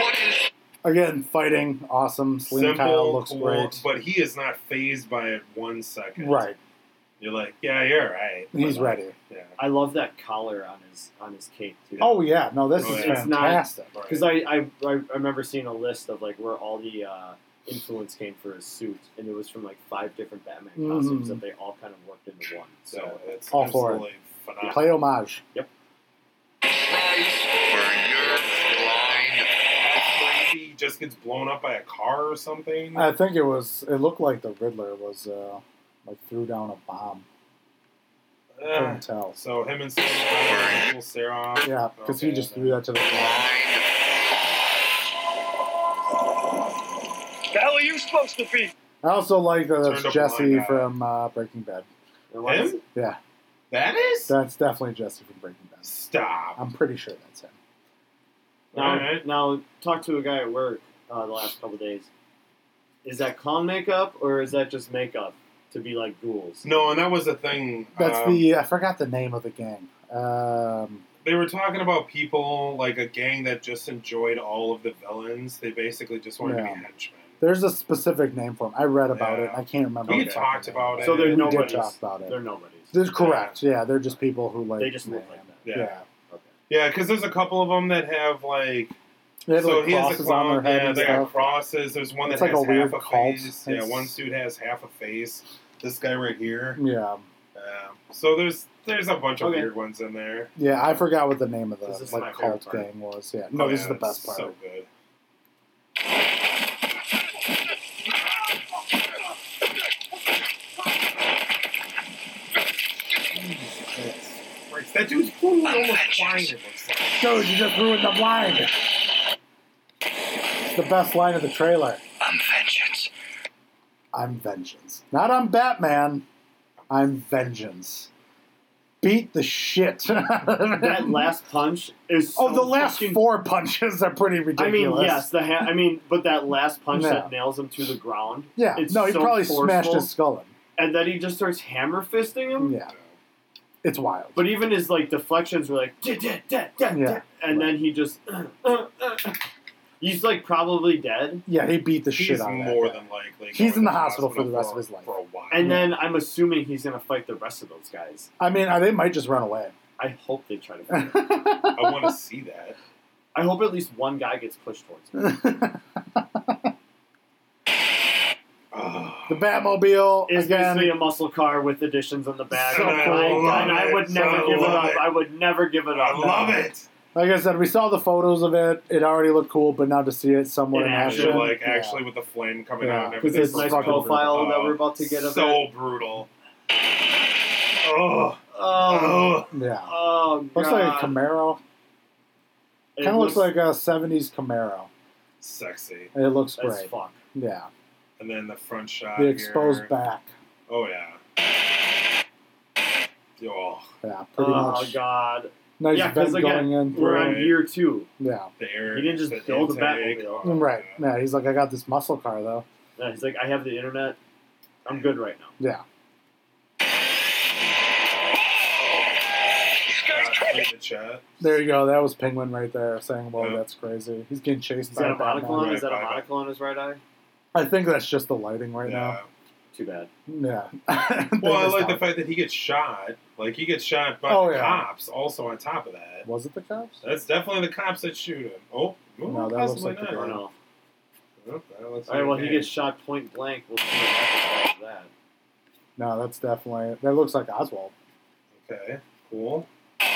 What is
Again, fighting, awesome. Selena Kyle looks
cool,
great.
but he is not phased by it one second.
Right,
You're like, yeah, you're right.
he's
But, like,
ready.
Yeah.
I love that collar on his on his cape too.
Oh yeah, no, this
Oh,
is
yeah.
It's not-
fantastic.
because I, I I remember seeing a list of like where all the uh, influence came for his suit, and it was from like five different Batman
Mhm.
costumes that they all kind of worked into one. So
So it's
All for it.
absolutely phenomenal.
Play homage.
price for your blind?
Crazy, he just gets blown up by a car or something.
I think it was. It looked like the Riddler was uh, like threw down a bomb.
Uh,
Couldn't tell.
so him and Sarah, little Sarah.
Yeah, because he
Okay,
just
then.
threw that to the ground.
The hell are you supposed to be?
I also like that
Turned up
that's Jesse
blind eye.
from uh, Breaking Bad.
And why is-
Him?
Yeah.
That is.
That's definitely Jesse from Breaking Bad.
Stop.
I'm pretty sure that's him.
Now,
Alright.
now talk to a guy at work uh, the last couple days. Is that clown makeup or is that just makeup to be like ghouls?
No, and that was the thing.
That's
um,
the I forgot the name of the gang. Um,
they were talking about people like a gang that just enjoyed all of the villains. They basically just wanted to
Yeah.
be henchmen.
there's a specific name for him. I read about it.
Yeah.
I can't remember.
We
what the fuck
talked
the name
about
was.
it. So they're
we did
nobodies.
talk about
They're
it.
nobodies.
They're correct. Yeah, they're just people who like.
They just look like that.
Yeah.
Yeah.
Okay.
Yeah, because there's a couple of them that have like.
They have
so
like
he has a
crosses on their
clown.
head
yeah,
and
they got
stuff.
crosses. There's one that
It's
has
like a
half
weird
a
cult.
face. Yeah,
It's-
one dude has half a face. This guy right here.
Yeah,
Um, so there's there's a bunch of
Okay.
weird ones in there.
yeah. I forgot what the name of the
This is my
like
favorite
cult
part.
gang was. Yeah, no,
Oh,
this
yeah,
is the best
it's
part.
So good. Christ, That dude's pool almost flying. It looks like.
Dude, you just ruined the blind. It's the best line of the trailer.
I'm vengeance.
I'm vengeance. Not I'm Batman. I'm vengeance. Beat the shit.
That last punch is.
oh,
so
the last
fucking-
four punches are pretty ridiculous.
I mean, yes, the ha- I mean, but that last punch
No.
that nails him to the ground,
Yeah.
It's
no, he
so
probably
forceful.
smashed his skull
and then he just starts hammer fisting him.
in. Yeah. It's wild.
But even his like deflections were like, "Duh, duh, duh, duh,
Yeah,
duh," and then he just, uh, he's like probably dead.
yeah, he beat the
He's
shit out of that
more
guy.
than likely. going
He's in the
to
hospital for the rest of his life.
for a while.
And then I'm assuming he's gonna fight the rest of those guys.
I mean, uh, they might just run away.
I hope they try to. Fight him.
I want to see that.
I hope at least one guy gets pushed towards him.
the
Ah.
Batmobile
It's basically
again.
a muscle car with additions on the back.
So
and, I,
cool.
and I would
Love it.
never
So
give it
love
up.
it.
I would never give it
I
up.
love it.
Like I said, we saw the photos of it. It already looked cool, but now to see it somewhat
In
in,
action,
action,
Actually, like
yeah.
actually with the flame coming
Yeah.
out. and
With
everything.
this nice
Fucking
profile
brutal.
that we're about to get of
Oh, So brutal. Oh,
Oh,
oh.
yeah.
oh
Looks like a
God.
Camaro.
It
Kind of looks, like a '70s Camaro.
sexy.
It looks
as
great.
fuck.
Yeah,
And then the front shot.
the exposed
here.
back.
Oh yeah. Oh,
Yeah, pretty
Oh
much.
God,
Nice
Yeah, 'cause
vent
again,
going in.
we're
Through.
on year two.
Yeah,
the air.
He didn't just
the
build a
intake.
Batmobile.
Oh,
right.
yeah.
Yeah, he's like, I got this muscle car though.
Uh, He's like, I have the internet. I'm good right now.
Yeah,
Shot through uh, the chat.
there you go. That was Penguin right there saying, "Well,
Yeah.
that's crazy." He's getting chased
Is
by
that a
a Batman.
monocle on? Is that a
Right,
monocle on his right eye?
I think that's just the lighting right
Yeah.
Too bad.
Yeah.
Well, I like the fact that he gets shot. Like he gets shot by
Oh,
the
yeah.
cops. Also on top of that,
Was it the cops?
that's definitely the cops that shoot him. Oh,
No, that looks
possibly
like the
not.
Or
gun.
no.
Nope, that looks
All right.
like
Well,
a
he
man.
gets shot point blank. We'll see what happens after that.
No, that's definitely. That looks like Oswald.
Okay, cool.
This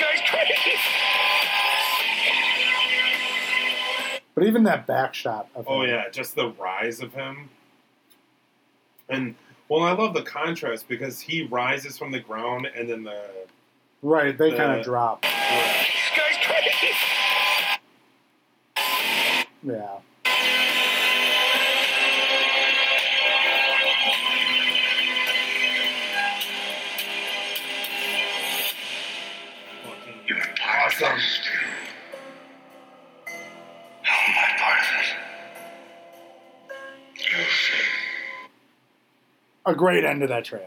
guy's crazy.
But even that back shot. Of
Oh
him,
yeah, just the rise of him. And well, I love the contrast because he rises from the ground and then the
Right. They kind
Uh,
of drop.
This guy's crazy.
Yeah.
fucking
You've been part of
awesome.
this, too. How am I part of this? You'll see.
A great end to that trailer.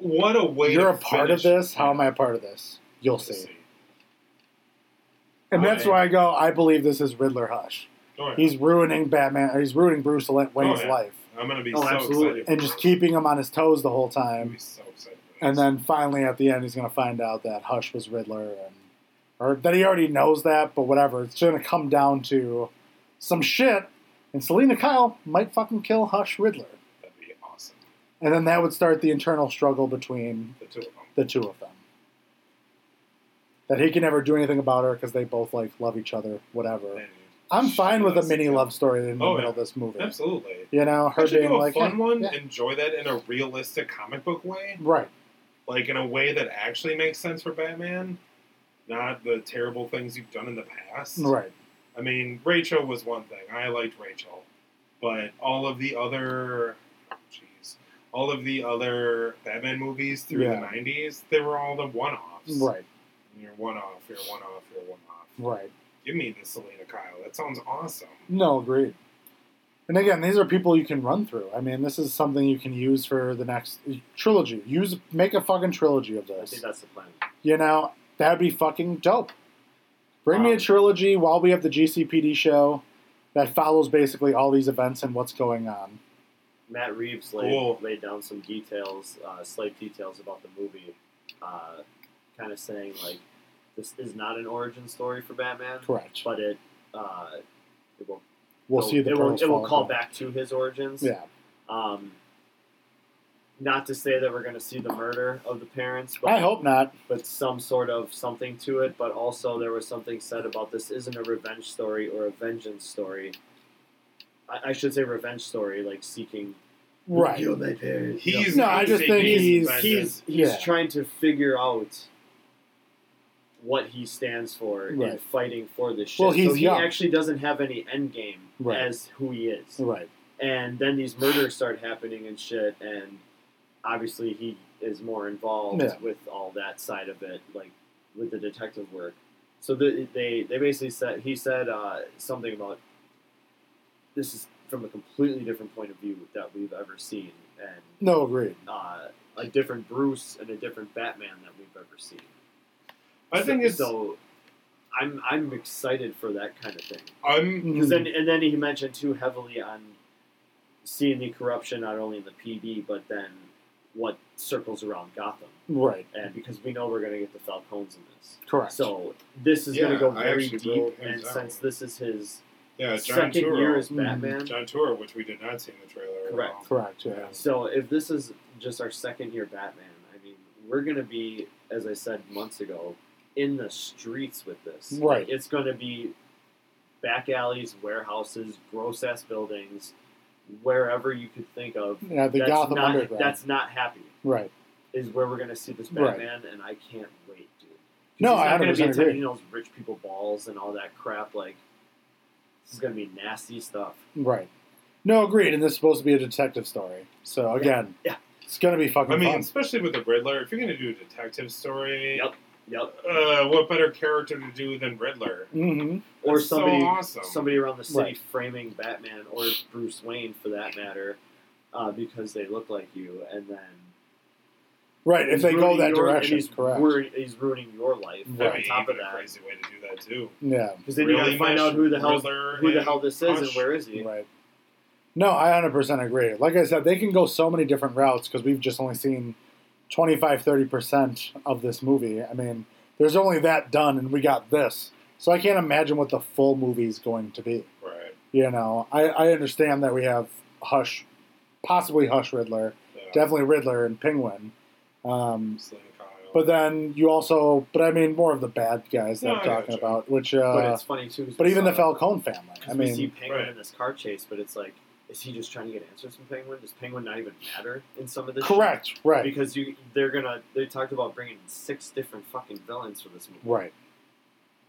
What a way!
You're
to
a part
finish.
of this. How am I a part of this? You'll
Let's
see. And that's
I-
why I go. I believe this is Riddler Hush.
Oh, yeah.
He's ruining Batman. or He's ruining Bruce Le- Wayne's
yeah.
life
I'm gonna be
Oh,
so
absolutely.
excited.
and
for
just
this.
keeping him on his toes the whole
I'm gonna
time.
be so excited. for
And
this.
then finally at the end, he's going to find out that Hush was Riddler, and or that he already knows that, but whatever. It's going to come down to some shit, and Selena Kyle might fucking kill Hush Riddler,
that'd be awesome.
and then that would start the internal struggle between
The two of them.
the two of them. That he can never do anything about her because they both like love each other, whatever.
And-
I'm fine with a
Yes,
mini
yeah.
love story in the
Oh,
middle
yeah.
of this movie.
Absolutely.
You know, her
Her do
being
a
like
fun
"Hey,
one.
yeah."
Enjoy that in a realistic comic book way,
right?
like in a way that actually makes sense for Batman, not the terrible things you've done in the past.
Right.
I mean, Rachel was one thing. I liked Rachel, but all of the other, jeez, all of the other Batman movies through
Yeah.
the '90s, they were all the one-offs.
Right.
You're one off. You're one off. You're one off.
Right.
Give me the Selena Kyle. That sounds awesome.
No, agreed. And again, these are people you can run through. I mean, this is something you can use for the next trilogy. Use make a fucking trilogy of
I
this.
think that's the plan.
You know, that'd be fucking dope. Bring me a
Um,
trilogy while we have the GCPD show that follows basically all these events and what's going on.
Matt Reeves laid,
Cool.
laid down some details, uh, slight details about the movie, uh, kind of saying like this is not an origin story for Batman,
Correct.
but it uh, it will
We'll
it'll-
see the
Oh, it will,
pearls
it will
fall
call
down.
back to his origins.
Yeah,
Um, not to say that we're going to see the murder of the parents, but
I hope not.
but some sort of something to it. But also, there was something said about this isn't a revenge story or a vengeance story. I, I should say revenge story, like seeking. who
Right.
killed my parents.
He's
No, I just
he's-
think he's-
he's he's,
Yeah.
trying to figure out what he stands for in
Right.
fighting for this shit.
Well,
so
he's
he
young.
actually doesn't have any end game
Right.
as who he is.
Right.
And then these murders start happening and shit, and obviously he is more involved
Yeah.
with all that side of it, like with the detective work. So the, they they basically said he said uh, something about this is from a completely different point of view that we've ever seen, and
No, agreed.
uh, a different Bruce and a different Batman that we've ever seen.
I think
so,
it's.
so I'm I'm excited for that kind of thing.
I'm.
'Cause
Mhm.
Then, and then he mentioned too heavily on seeing the corruption not only in the PD but then what circles around Gotham,
Mm, Right.
and because we know we're going to get the Falcons in this,
Correct.
so this is going
Yeah,
to go
I
very
actually wrote
deep.
him
And
down.
since this is his
Yeah, John
second
Turturro.
year as
Mhm.
Batman,
John Turturro, which we did not see in the trailer. at
Correct.
all.
Correct. Yeah.
So if this is just our second year Batman, I mean, we're gonna be, as I said months ago, in the streets with this.
Right.
Like, it's gonna be back alleys, warehouses, gross ass buildings, wherever you could think of.
Yeah. The
that's
Gotham
not,
Underground.
That's not happy.
right.
Is where we're gonna see this
Right.
Batman, and I can't wait, dude. 'Cause
No,
it's
I
not gonna be
100%
attacking
agree.
those rich people balls and all that crap. Like, this is gonna be nasty stuff.
Right. No, agreed. And this is supposed to be a detective story. So again,
Yeah.
it's gonna be fucking
I mean,
fun.
especially with the Riddler, if you're going to do a detective story,
Yep. Yep.
uh, what better character to do than Riddler?
hmm
Or
That's so
somebody
awesome.
somebody around the city
Right.
framing Batman or Bruce Wayne for that matter, uh, because they look like you, and then
Right. If
he's
they go
ruining
that
your- and
direction,
he's,
correct.
wor- he's ruining your life
That'd
on
be
top of
even a
that,
crazy way to do that too.
yeah.
because then you got to
Really
find
mesh
out who the hell
Riddler
who the
and
hell this is and
Hush.
where is he.
Right. No, I 100% agree. Like I said, they can go so many different routes because we've just only seen 25, 30% of this movie. I mean, there's only that done, and we got this. So I can't imagine what the full movie's going to be.
Right.
You know, I, I understand that we have Hush, possibly Hush Riddler,
Yeah.
definitely Riddler and Penguin. Um,
Selena Kyle.
but then you also, but I mean, more of the bad guys that
No,
I'm
I got
talking
you.
about, which,
but
uh,
it's funny too. 'cause
but
we
even the
saw-
Falcone family. I
'cause we see
mean,
Penguin
Right.
in this car chase, but it's like, is he just trying to get answers from Penguin? Does Penguin not even matter in some of this? shit?
correct, right,
Because you, they're gonna. They talked about bringing six different fucking villains for this movie.
right,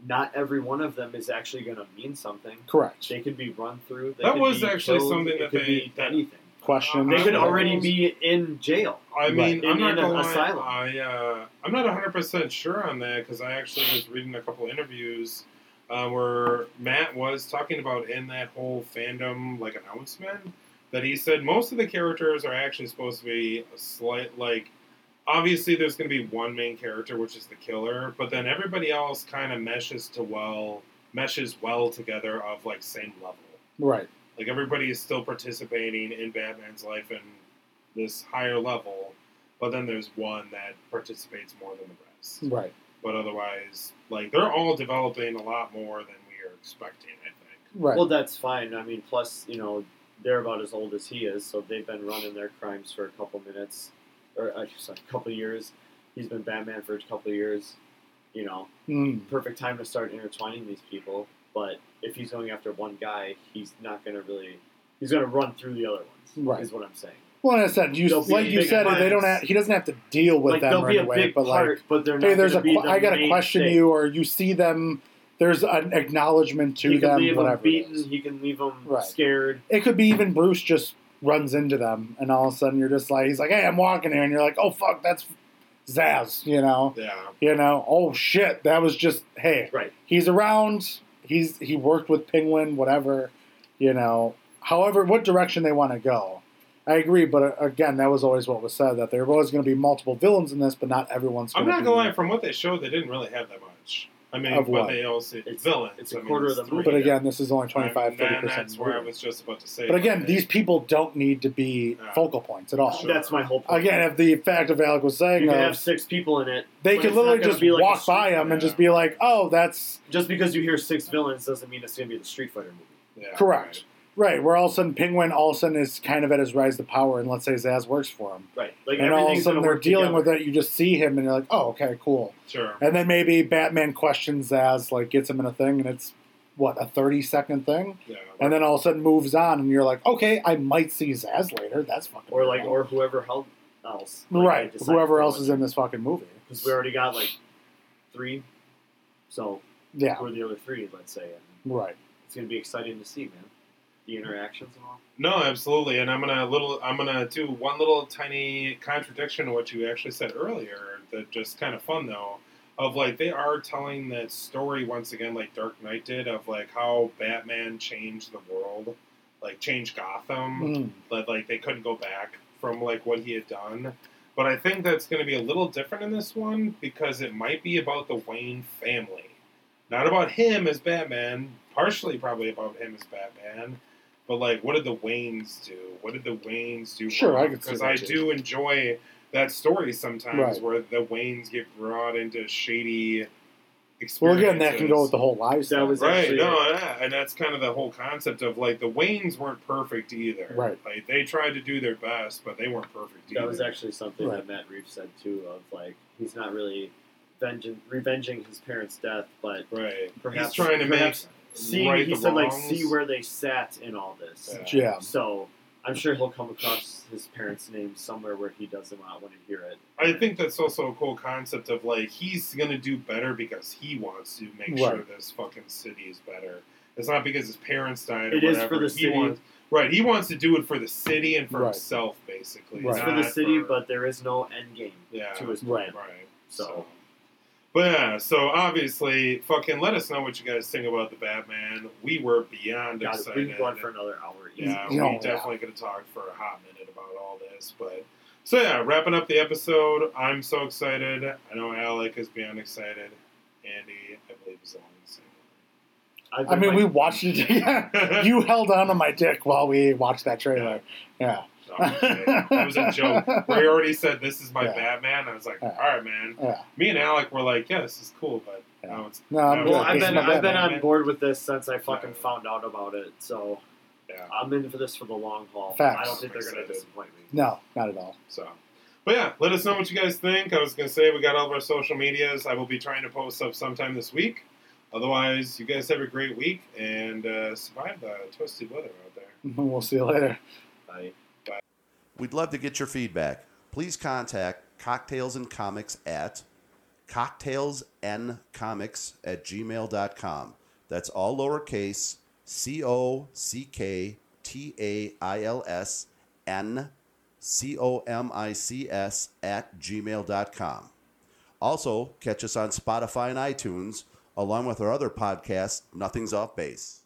Not every one of them is actually gonna mean something.
correct.
They could be run through. They
That
could
was
be
actually
killed,
something
it
that
could
they-
be
that-
anything.
Question.
They could
Uh,
already be in jail.
I mean,
Right.
I'm
In
not
an
going
asylum.
I, uh, I'm not 100 percent sure on that because I actually was reading a couple interviews uh, where Matt was talking about in that whole fandom like announcement that he said most of the characters are actually supposed to be a slight like. Obviously, there's going to be one main character, which is the killer, but then everybody else kind of meshes to well meshes well together of like same level
Right.
like everybody is still participating in Batman's life in this higher level, but then there's one that participates more than the rest.
Right.
But otherwise, like they're all developing a lot more than we are expecting. I think.
Right.
Well, that's fine. I mean, plus, you know, they're about as old as he is, so they've been running their crimes for a couple minutes, or uh, sorry, a couple years. He's been Batman for a couple years. You know,
mm,
perfect time to start intertwining these people. But if he's going after one guy, he's not going to really. He's going to run through the other ones.
Right.
Is what I'm saying.
well, and I said you,
They'll be
like you
big
said, they don't.
plans.
Have, he doesn't have to deal with
like
them
they'll
right
be a
away.
big
But
part,
like,
but they're not.
hey, there's a.
gonna be
que-
the
I got to
main
question
thing.
you, or you see them. There's an acknowledgement to
he can
them.
leave
whatever.
them
it
beaten.
is.
He can leave them
Right.
scared.
It could be even Bruce just runs into them, and all of a sudden you're just like, he's like, hey, I'm walking here, and you're like, oh fuck, that's Zaz, you know,
Yeah.
you know, oh shit, that was just hey,
Right.
he's around. He's he worked with Penguin, whatever, you know. However, what direction they want to go, I agree. But uh, again, that was always what was said that there was going to be multiple villains in this, but not everyone's.
I'm
gonna
not
be-
gonna lie. From what they showed, they didn't really have that much. I mean,
Of
but
what?
they also
It's-
villains.
it's a
I mean,
quarter
it's
of the
three.
movie.
But again, this is only 25,
And then
30 percent.
That's where I was just about to say.
But again,
like,
these people don't need to be
Yeah.
focal points at all.
Sure.
That's my whole point.
Again, if the fact of Alec was
you
saying,
can
of,
have six people in it.
they
but
could
it's not
literally
gonna
just
be like a
walk
street
by
fighter.
him and
yeah.
just be like, "Oh, that's
Just because you hear six villains doesn't mean it's going to be the Street Fighter movie.
yeah,
Correct. Right, where all of a sudden Penguin all of a sudden is kind of at his rise to power, and let's say Zaz works for him.
Right. Like
and all of a
everything's
sudden
gonna
they're
work
dealing
together.
with it. You just see him, and you're like, "Oh, okay, cool."
right. Sure.
And then maybe Batman questions Zaz, like gets him in a thing, and it's what a thirty second thing,
Yeah.
and then all of a sudden moves on, and you're like, "Okay, I might see Zaz later." That's fucking
Or like,
cool.
or whoever hel- else. Like,
right, whoever else is in this fucking movie.
Because we already got like three, so
Yeah,
we're the other three. Let's say and
right.
it's going to be exciting to see, man. The interactions and all.
No, absolutely, and I'm gonna little. I'm gonna do one little tiny contradiction to what you actually said earlier. That just kind of fun though, of like they are telling that story once again, like Dark Knight did, of like how Batman changed the world, like changed Gotham.
Mm.
That like they couldn't go back from like what he had done. But I think that's going to be a little different in this one because it might be about the Wayne family, not about him as Batman. Partially, probably about him as Batman. But like, what did the Waynes do? What did the Waynes do?
Sure, I could see
because
that
I
too.
do enjoy that story sometimes
Right.
where the Waynes get brought into shady.
Well,
Experiences.
again, that can go with the whole lives.
That was
Right,
actually-
no, yeah, and that's kind of the whole concept of like the Waynes weren't perfect either.
Right.
like they tried to do their best, but they weren't perfect either.
That was actually something
Right.
that Matt Reeves said too. Of like, he's not really venging, revenging his parents' death, but
right.
perhaps
He's trying to make
perhaps see.
right
he
the
said like,
wrongs.
see where they sat in all this.
Yeah.
yeah.
So I'm sure he'll come across his parents' name somewhere where he doesn't want, want to hear it.
I think that's also a cool concept of like he's gonna do better because he wants to make sure
Right.
this fucking city is better. It's not because his parents died. Or
It is
whatever.
for the
he
city.
Wants, right, he wants to do it for the city and for
Right.
himself, basically.
Right.
it's for the
not
city,
for-
but there is no end game
yeah,
to his plan.
Right.
right.
So
But yeah, so obviously, fucking let us know what you guys think about the Batman. We were beyond
God, we
excited.
can go on for another hour. easy.
yeah, we
Yeah.
definitely could have talked for a hot minute about all this. But so yeah, wrapping up the episode. I'm so excited. I know Alec is beyond excited. Andy, I believe, is along the same.
I've
I
been
mean, we
like-
watched it together. you held on to my dick while we watched that trailer. Yeah.
Oh, shit. it was a joke. Ray already said this is my
Yeah.
Batman. I was like,
Yeah.
all right, man.
Yeah.
Me and Alec were like, yeah, this is cool, but now it's
No, I'm
Yeah,
good.
Well,
Yeah,
I've
This is
been
my
I've been uh,
Batman.
on board with this since I fucking
Yeah.
found out about it. So
yeah.
I'm in for this for the long haul.
Facts.
I don't think they're gonna
Excited.
disappoint me.
No, not at all.
So, but yeah, let us know what you guys think. I was gonna say we got all of our social medias. I will be trying to post up sometime this week. Otherwise, you guys have a great week and uh, survive the twisted weather out there.
We'll see you later.
Bye.
We'd love to get your feedback. Please contact Cocktails and Comics at cocktailsandcomics at gmail.com. That's all lowercase C O C K T A I L S N C O M I C S at gmail.com. Also, catch us on Spotify and iTunes, along with our other podcast, Nothing's Off Base.